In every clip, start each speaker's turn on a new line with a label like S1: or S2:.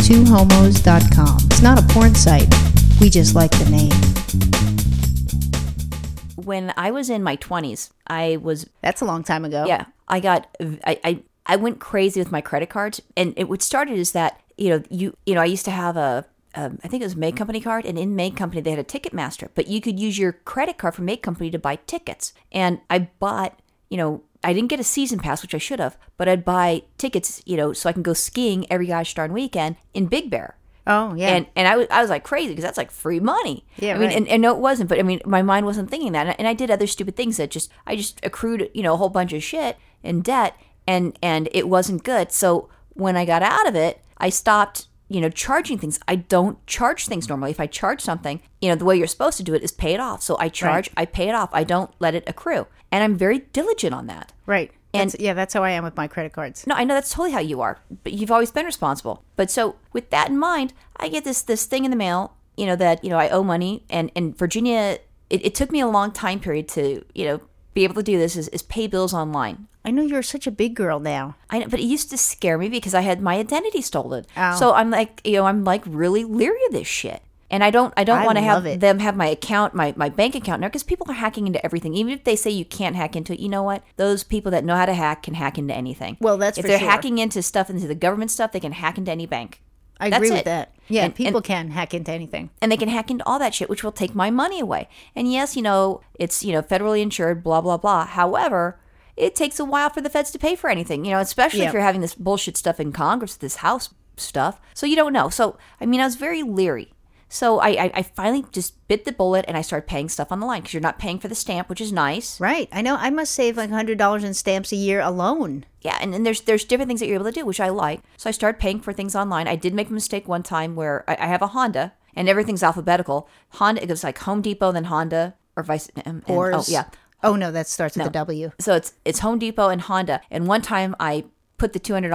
S1: twohomos.com. It's not a porn site. We just like the name.
S2: When I was in my 20s, I was
S1: That's a long time
S3: Oh.
S1: ago.
S2: Yeah, I got I, I I went crazy with my credit cards, and it what started is that you know you you know I used to have a um, I think it was Meg Company card, and in Meg Company they had a Ticketmaster, but you could use your credit card from Meg Company to buy tickets, and I bought you know. I didn't get a season pass, which I should have, but I'd buy tickets, you know, so I can go skiing every gosh darn weekend in Big Bear.
S1: Oh, yeah.
S2: And and I was I was like crazy because that's like free money.
S1: Yeah,
S2: I mean,
S1: right.
S2: and, and no, it wasn't. But I mean, my mind wasn't thinking that, and, and I did other stupid things that just I just accrued, you know, a whole bunch of shit and debt, and and it wasn't good. So when I got out of it, I stopped, you know, charging things. I don't charge things normally. If I charge something, you know, the way you're supposed to do it is pay it off. So I charge, I pay it off. I don't let it accrue, and I'm very diligent on that.
S1: right.
S2: And-
S1: And yeah, that's how I am with my credit cards.
S2: No, I know that's totally how you are, but you've always been responsible. But so with that in mind, I get this this thing in the mail, you know, that, you know, I owe money and, and Virginia it, it took me a long time period to, you know, be able to do this is, is pay bills online.
S1: I know you're such a big girl now.
S2: I know, but it used to scare me because I had my identity stolen.
S1: Oh.
S2: So I'm like, you know, I'm like really leery of this shit. And I don't, I don't
S1: I
S2: want to have
S1: love it.
S2: them have my account, my, my bank account now because people are hacking into everything. Even if they say you can't hack into it, you know what? Those people that know how to hack can hack into anything.
S1: Well, that's
S2: if
S1: for
S2: they're
S1: sure.
S2: hacking into stuff into the government stuff, they can hack into any bank.
S1: I
S2: That's
S1: agree with
S2: it.
S1: that. Yeah,
S2: And- and-
S1: people can hack into anything.
S2: and they can hack into all that shit, which will take my money away. And yes, you know, it's, you know, federally insured, blah, blah, blah. However, it takes a while for the feds to pay for anything, you know, especially
S1: Yeah.
S2: if you're having this bullshit stuff in Congress, this House stuff. So you don't know. So, I mean, I was very leery. So I, I, I finally just bit the bullet and I started paying stuff on the line because you're not paying for the stamp, which is nice.
S1: Right. I know I must save like $100 in stamps a year alone.
S2: yeah and, and there's there's different things that you're able to do which i like so i started paying for things online i did make a mistake one time where i, I have a honda and everything's alphabetical honda it goes like home depot then honda or vice um, and-
S1: Or
S2: oh yeah
S1: Oh no, that starts with a W.
S2: so it's it's home depot and honda and one time i put the $200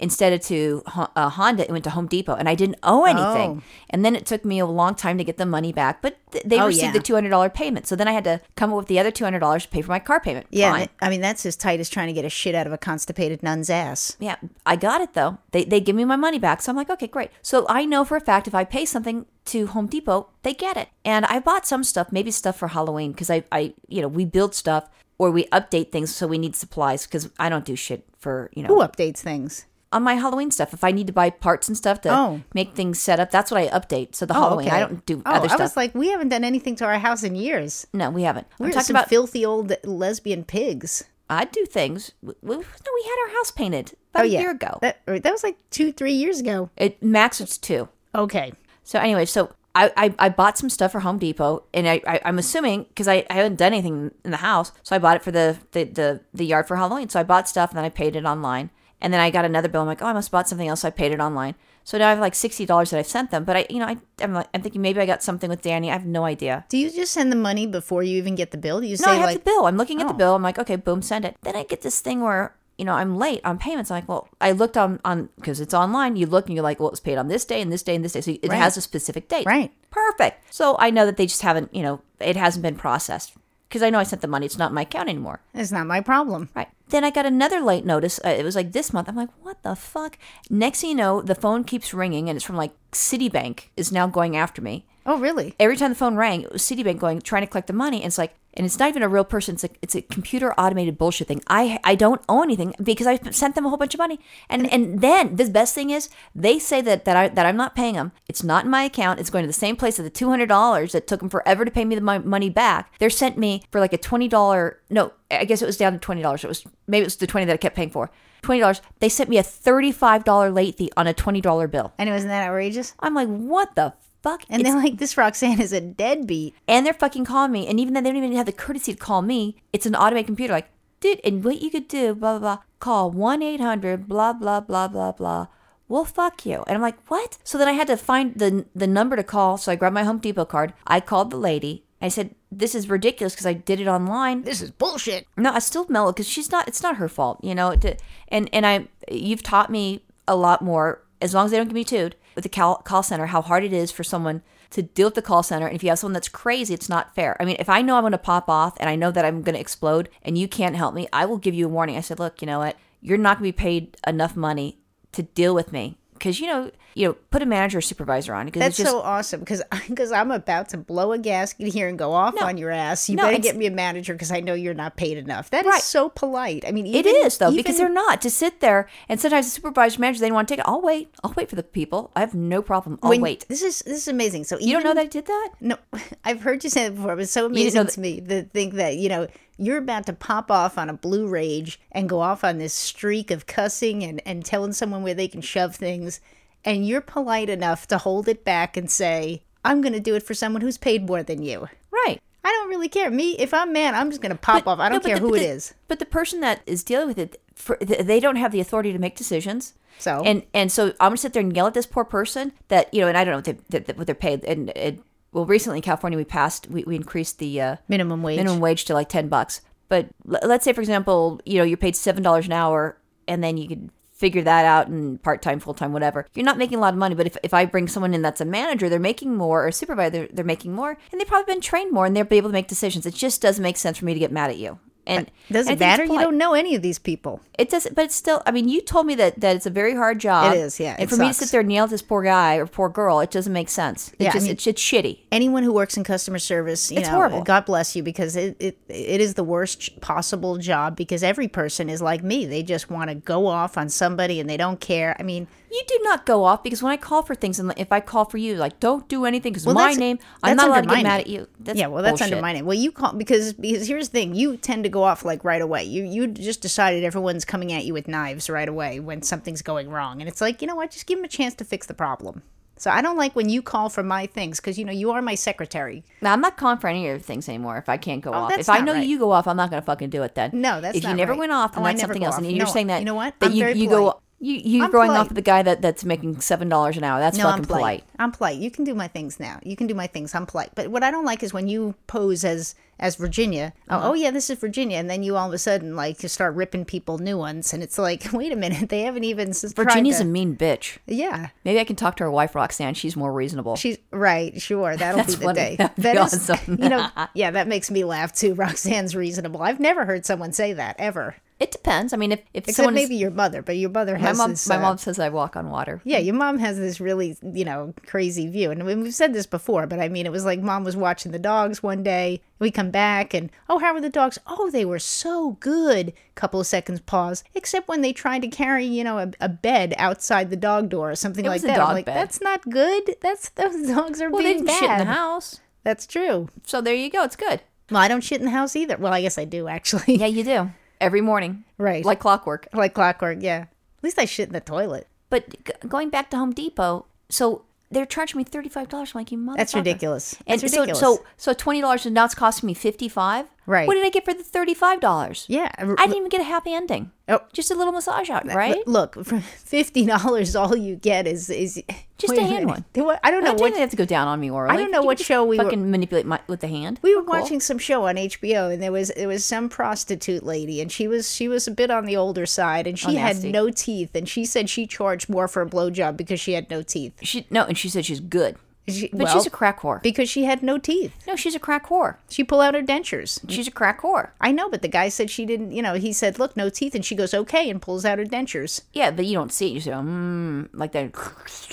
S2: instead of to Ho- uh, honda it went to home depot and i didn't owe anything
S1: Oh.
S2: and then it took me a long time to get the money back but th- they
S1: Oh,
S2: received
S1: yeah.
S2: the $200 payment so then i had to come up with the other $200 to pay for my car payment
S1: Yeah,
S2: Fine.
S1: and it- I mean that's as tight as trying to get a shit out of a constipated nun's ass.
S2: Yeah, I got it though. They they give me my money back, so I'm like, okay, great. So I know for a fact if I pay something to Home Depot, they get it. And I bought some stuff, maybe stuff for Halloween, because I I you know we build stuff or we update things, so we need supplies because I don't do shit for you know
S1: Who updates things?
S2: on my Halloween stuff. If I need to buy parts and stuff to
S1: Oh.
S2: make things set up, that's what I update. So the Halloween, I don't do
S1: oh,
S2: other
S1: I was
S2: stuff.
S1: like, we haven't done anything to our house in years.
S2: no, we haven't.
S1: We're
S2: I'm
S1: just
S2: talking
S1: some
S2: about
S1: filthy old lesbian pigs.
S2: I do things. We, we, no, we had our house painted
S1: oh
S2: about a
S1: yeah,
S2: year ago.
S1: That, or that was like two, three years ago.
S2: it max it's two.
S1: Okay,
S2: So anyway, so I, I, I bought some stuff for Home Depot, and I, I I'm assuming because I, I haven't done anything in the house, so I bought it for the the, the the yard for Halloween. So I bought stuff, and then I paid it online, and then I got another bill. I'm like, oh, I must have bought something else. So I paid it online. So now I have like sixty dollars that I've sent them, but I you know I I'm, like, I'm thinking maybe I got something with Danny. I have no idea.
S1: do you just send the money before you even get the bill? Do you
S2: No, I
S1: say
S2: have
S1: like, "Oh."
S2: the bill. I'm looking at the bill. I'm like, okay, boom, send it. Then I get this thing where you know I'm late on payments. I'm like, well, I looked on on because it's online. You look and you're like, well, it's paid on this day and this day and this day. So it has a specific date.
S1: Right.
S2: Perfect. So I know that they just haven't. You know, it hasn't been processed because I know I sent the money. It's not in my account anymore.
S1: it's not my problem?
S2: Right. Then I got another late notice. Uh, it was like this month. I'm like, what the fuck? Next thing you know, the phone keeps ringing and it's from like Citibank is now going after me
S1: Oh really?
S2: every time the phone rang, it was Citibank going trying to collect the money. And it's like, and it's not even a real person. It's a, it's a computer automated bullshit thing. I I don't owe anything because I sent them a whole bunch of money. And and then the best thing is they say that that I that I'm not paying them. It's not in my account. It's going to the same place as the two hundred dollars that took them forever to pay me the mon- money back. They're sent me for like a twenty dollar no. I guess it was down to twenty dollars. It was maybe it was the twenty that I kept paying for. Twenty dollars. They sent me a thirty-five dollar late fee on a twenty dollar bill.
S1: I know, isn't that outrageous?
S2: I'm like, what the fuck?
S1: And
S2: It's-
S1: they're like, this Roxanne is a deadbeat.
S2: and they're fucking calling me. And even then, they don't even have the courtesy to call me. It's an automated computer, like, dude, and what you could do, blah, blah, blah, call 1 800, blah, blah, blah, blah, blah. We'll fuck you. And I'm like, what? So then I had to find the the number to call. So I grabbed my Home Depot card. I called the lady. I said, this is ridiculous because I did it online.
S1: This is bullshit.
S2: No, I still mellow because she's not. It's not her fault, you know. To, and and I, you've taught me a lot more. As long as they don't give me toed with the call, call center, how hard it is for someone to deal with the call center. And if you have someone that's crazy, it's not fair. I mean, if I know I'm going to pop off and I know that I'm going to explode and you can't help me, I will give you a warning. I said, look, you know what? You're not going to be paid enough money to deal with me because you know you know put a manager or supervisor on because
S3: That's
S2: it's just
S3: so awesome because because I'm about to blow a gasket here and go off on your ass. You
S2: No,
S3: better
S2: it's-
S3: get me a manager because I know you're not paid enough. That is
S2: Right.
S3: so polite. I mean,
S2: It
S3: even-
S2: is though because
S3: even-
S2: they're not to sit there and sometimes the supervisor manager they don't want to take it. I'll wait. I'll wait for the people. I have no problem. I'll
S3: when-
S2: wait.
S3: This is this is amazing. So
S2: You don't know that I did that?
S3: No, I've heard you say it before. It was so
S2: didn't know
S3: amazing to me to think that you know you're about to pop off on a blue rage and go off on this streak of cussing and and telling someone where they can shove things, and you're polite enough to hold it back and say, "I'm going to do it for someone who's paid more than you."
S2: Right.
S3: I don't really care. Me, if I'm mad, I'm just going to pop off. I
S2: no,
S3: don't
S2: but
S3: care
S2: the-
S3: who
S2: but
S3: it
S2: the-
S3: is.
S2: But the person that is dealing with it, for, th- they don't have the authority to make decisions.
S3: So?
S2: and and so I'm gonna sit there and yell at this poor person that you know, and I don't know what, they, that, that- what they're paid. And, and well, recently in California, we passed we, we increased the uh,
S3: Minimum wage.
S2: minimum wage to like ten bucks. But l- let's say, for example, you know, you're paid seven dollars an hour, and then you could figure that out in part time, full time, whatever. You're not making a lot of money, but if, if I bring someone in that's a manager, they're making more, or a supervisor, they're, they're making more, and they've probably been trained more, and they'll be able to make decisions. It just doesn't make sense for me to get mad at you. And
S3: Does
S2: and I
S3: it
S2: think it's
S3: matter? You
S2: polite.
S3: don't know any of these people.
S2: It doesn't, but it's still. I mean, you told me that that it's a very hard job.
S3: It is, yeah,
S2: And
S3: it
S2: for me to
S3: sucks.
S2: sit there and yell at this poor guy or poor girl, it doesn't make sense. It
S3: Yeah, I
S2: just,
S3: mean-
S2: it's, it's shitty.
S3: anyone who works in customer service, you
S2: It's
S3: know,
S2: horrible.
S3: God bless you because it, it it is the worst possible job because every person is like me. They just want to go off on somebody and they don't care. I mean,
S2: You do not go off because when I call for things, and if I call for you, like don't do anything because
S3: Well,
S2: my
S3: that's-
S2: name, I'm
S3: that's
S2: not allowed to get
S3: undermining.
S2: mad at you. That's
S3: yeah, well, that's
S2: bullshit.
S3: undermining. Well, you call because because here's the thing: you tend to go off like right away. You you just decided everyone's coming at you with knives right away when something's going wrong, and it's like you know what? Just give them a chance to fix the problem. So I don't like when you call for my things because you know you are my secretary.
S2: Now, I'm not calling for any of your things anymore if I can't go off.
S3: Oh, that's
S2: If I
S3: not
S2: know
S3: right.
S2: you go off, I'm not going to fucking do it then.
S3: No, that's
S2: if you
S3: not
S2: never
S3: right.
S2: went off, then
S3: Oh, I
S2: that's
S3: never
S2: something
S3: go
S2: else.
S3: off.
S2: And you're
S3: No,
S2: saying that
S3: you know what?
S2: that
S3: I'm
S2: you
S3: very
S2: you
S3: polite.
S2: go you you're
S3: I'm
S2: going
S3: polite.
S2: off with the guy that that's making seven dollars an hour. That's
S3: No,
S2: fucking
S3: I'm polite.
S2: polite.
S3: I'm polite. You can do my things now. You can do my things. I'm polite. But what I don't like is when you pose as as Virginia.
S2: Uh-huh.
S3: Oh, oh yeah, this is Virginia, and then you all of a sudden like you start ripping people new ones, and it's like, wait a minute, they haven't even s- tried
S2: Virginia's
S3: to-
S2: a mean bitch.
S3: yeah.
S2: Maybe I can talk to her wife Roxanne. She's more reasonable.
S3: She's right. Sure, that'll be
S2: That's
S3: the
S2: funny.
S3: day.
S2: That'd be
S3: That is,
S2: awesome.
S3: you know, yeah, that makes me laugh too. Roxanne's reasonable. I've never heard someone say that ever,
S2: it depends. I mean, if if
S3: except
S2: someone
S3: maybe your mother. But your mother
S2: my
S3: has
S2: mom
S3: this,
S2: my
S3: uh,
S2: mom says I walk on water.
S3: Yeah, your mom has this really, you know, crazy view. And we- we've said this before, but I mean, it was like mom was watching the dogs one day. We come back and, oh, how were the dogs? Oh, they were so good. Couple of seconds pause, except when they tried to carry, you know, a, a bed outside the dog door or something like
S2: was a
S3: that. I'm
S2: dog
S3: like,
S2: bed.
S3: that's not good. That's Those dogs are
S2: Well, they
S3: being
S2: didn't shit in the
S3: bad.
S2: house,
S3: That's true.
S2: so there you go. It's good.
S3: Well, I don't shit in the house either. Well, I guess I do, actually.
S2: Yeah, you do. Every morning.
S3: Right.
S2: Like clockwork.
S3: like clockwork, yeah. At least I shit in the toilet.
S2: But g- going back to Home Depot, so they're charging me $35. I'm like, you motherfucker.
S3: That's ridiculous.
S2: And
S3: That's
S2: so,
S3: ridiculous.
S2: so so twenty dollars is now it's costing me fifty five.
S3: Right.
S2: What did I get for the thirty five dollars?
S3: yeah.
S2: I didn't even get a happy ending.
S3: Oh.
S2: Just a little massage out,
S3: L-
S2: right?
S3: look, for fifty dollars, all you get is is
S2: Just
S3: Wait
S2: a hand
S3: minute.
S2: one.
S3: There wa- I don't
S2: I
S3: know
S2: don't
S3: what
S2: they have to go down on me orally.
S3: I don't know
S2: You
S3: what
S2: just
S3: show we were-
S2: fucking manipulate my with the hand.
S3: we were
S2: Cool.
S3: watching some show on HBO, and there was there was some prostitute lady, and she was she was a bit on the older side, and she had
S2: Oh, nasty.
S3: no teeth, and she said she charged more for a blowjob because she had no teeth.
S2: She no, and she said she's good,
S3: She,
S2: but
S3: well,
S2: she's a crack whore.
S3: because she had no teeth.
S2: no, she's a crack whore.
S3: She pulled out her dentures.
S2: She's a crack whore.
S3: I know, but the guy said she didn't. You know, he said, "Look, no teeth," and she goes, "Okay," and pulls out her dentures.
S2: Yeah, but you don't see it. You say, mm, like that.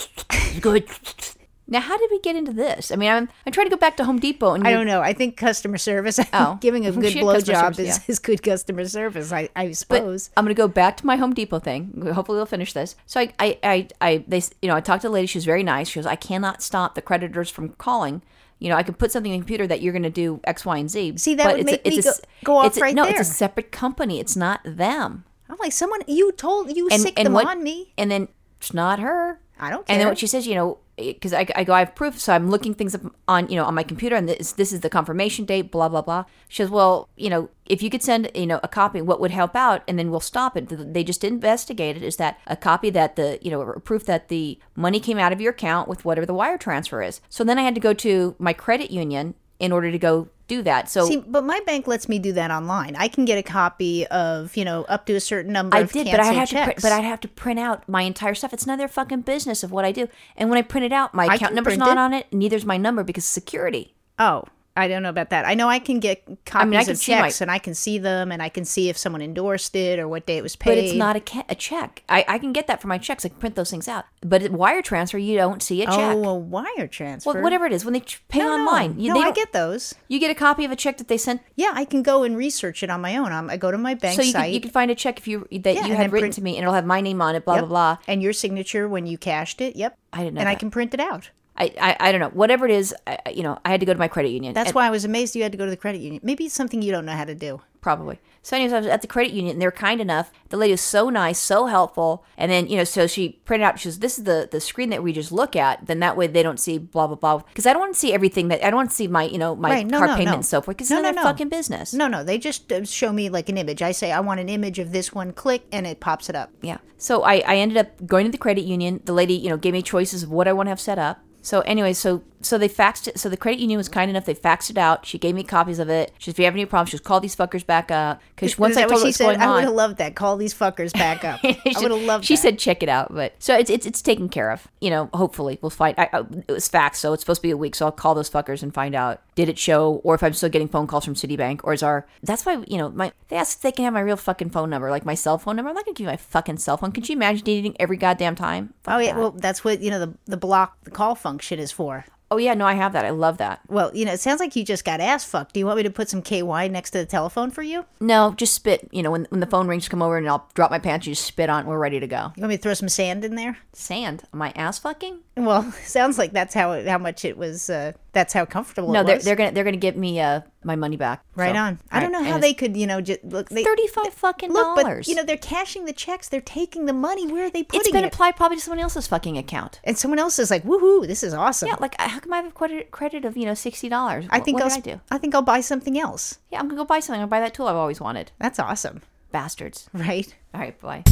S2: Good. Now, how did we get into this? I mean, I'm, I'm trying to go back to Home Depot and
S3: I
S2: you-
S3: don't know. I think customer service,
S2: Oh.
S3: giving a good
S2: She had customer
S3: blowjob is,
S2: service,
S3: is good customer service. I, I
S2: but
S3: suppose.
S2: I'm going to go back to my Home Depot thing. Hopefully, we'll finish this. So I, I, I, I, they, s- you know, I talked to a lady. She was very nice. She goes, I cannot stop the creditors from calling. You know, I can put something in the computer that you're going to do X, Y, and Z.
S3: See, that would make me
S2: s-
S3: go- go off
S2: it's a-
S3: right
S2: no,
S3: there.
S2: it's a separate company. It's not them.
S3: I'm like, someone you told you sicked them on me.
S2: And then it's not her.
S3: I don't
S2: And then
S3: care.
S2: what she says, you know, because I, I go, I have proof, so I'm looking things up on, you know, on my computer, and this this is the confirmation date, blah blah blah. She says, well, you know, if you could send, you know, a copy, what would help out, and then we'll stop it. They just investigated is that a copy that the, you know, or proof that the money came out of your account with whatever the wire transfer is. So then I had to go to my credit union in order to go do that. So
S3: See, but my bank lets me do that online. I can get a copy of you know up to a certain number.
S2: I
S3: of
S2: did, but I
S3: canceled
S2: had to. Print,
S3: checks.
S2: but I'd have to print out my entire stuff. It's none of their fucking business of what I do. And when I print it out, my account
S3: can
S2: number's
S3: print
S2: not
S3: it.
S2: on it. Neither's my number because of security.
S3: oh, I don't know about that. I know I can get copies
S2: mean, I can
S3: of
S2: see my-
S3: checks and I can see them and I can see if someone endorsed it or what day it was paid.
S2: But it's not a, ca- a check. I, I can get that for my checks. I can print those things out. But at wire transfer, you don't see a
S3: oh
S2: check.
S3: a wire transfer.
S2: Well, whatever it is, when they tr- pay
S3: No, no.
S2: online, you,
S3: no,
S2: they
S3: I
S2: don't-
S3: get those.
S2: you get a copy of a check that they sent.
S3: Yeah, I can go and research it on my own. I'm, I go to my bank
S2: so you
S3: site.
S2: can, you can find a check if you that
S3: Yeah,
S2: you
S3: and
S2: had
S3: then
S2: written
S3: print-
S2: to me, and it'll have my name on it. Blah
S3: Yep.
S2: blah blah.
S3: And your signature when you cashed it. Yep.
S2: I didn't know
S3: And I
S2: that.
S3: can print it out.
S2: I, I I don't know. Whatever it is, I, I- you know, I had to go to my credit union.
S3: That's
S2: and-
S3: why I was amazed you had to go to the credit union. Maybe it's something you don't know how to do.
S2: Probably. So, anyways, I was at the credit union, and they were kind enough. The lady was so nice, so helpful. And then, you know, so she printed out. She says, "This is the the screen that we just look at. Then that way they don't see blah blah blah. Because I don't want to see everything that I don't want to see my you know my
S3: Right, no,
S2: car
S3: no,
S2: payment
S3: no.
S2: and so forth. Because
S3: No,
S2: none
S3: no,
S2: of their
S3: no.
S2: fucking business.
S3: No, no, they just uh, show me like an image. I say I want an image of this one. Click, and it pops it up.
S2: Yeah. So I, I ended up going to the credit union. The lady, you know, gave me choices of what I want to have set up. So anyway, so so they faxed it. So the credit union was kind enough. They faxed it out. She gave me copies of it. She said, if you have any problems, just call these fuckers back up. Because once
S3: Is
S2: I
S3: that
S2: told
S3: what
S2: her
S3: she
S2: what's
S3: said?
S2: going
S3: I would
S2: on,
S3: have loved that. Call these fuckers back up. I
S2: She-
S3: would have loved.
S2: She
S3: that.
S2: said, "Check it out," but so it's it's, it's taken care of. You know, hopefully we'll find. I, I, it was fax, so it's supposed to be a week. So I'll call those fuckers and find out did it show, or if I'm still getting phone calls from Citibank, or is our. That's why you know my they asked if they can have my real fucking phone number, like my cell phone number. I'm not gonna give you my fucking cell phone. Could you imagine needing every goddamn time? Fuck
S3: "Oh yeah,
S2: that.
S3: well that's what you know the the block the call function is for."
S2: oh yeah, no, I have that. I love that.
S3: Well, you know, it sounds like you just got ass fucked. Do you want me to put some KY next to the telephone for you?
S2: No, just spit. You know, when when the phone rings, come over and I'll drop my pants. You just spit on. it, We're ready to go.
S3: You want me to throw some sand in there?
S2: Sand. My ass fucking.
S3: Well, sounds like that's how it, how much it was. Uh, that's how comfortable.
S2: No,
S3: it
S2: they're,
S3: was.
S2: they're gonna they're gonna give me uh my money back.
S3: right
S2: So,
S3: on. I
S2: all
S3: don't
S2: right,
S3: know how
S2: anyways.
S3: they could, you know, just look. They,
S2: Thirty-five fucking
S3: look,
S2: dollars.
S3: but you know, they're cashing the checks. They're taking the money. Where are they putting
S2: it's been
S3: it?
S2: applied probably to someone else's fucking account.
S3: and someone else is like, "Woohoo! This is awesome."
S2: Yeah, like I- how come I have a credit credit of you know sixty dollars?
S3: I think
S2: what
S3: I'll.
S2: did
S3: sp-
S2: I do?
S3: I think I'll buy something else.
S2: Yeah, I'm gonna go buy something. I'm gonna buy that tool I've always wanted.
S3: That's awesome,
S2: Bastards.
S3: right?
S2: All right, bye.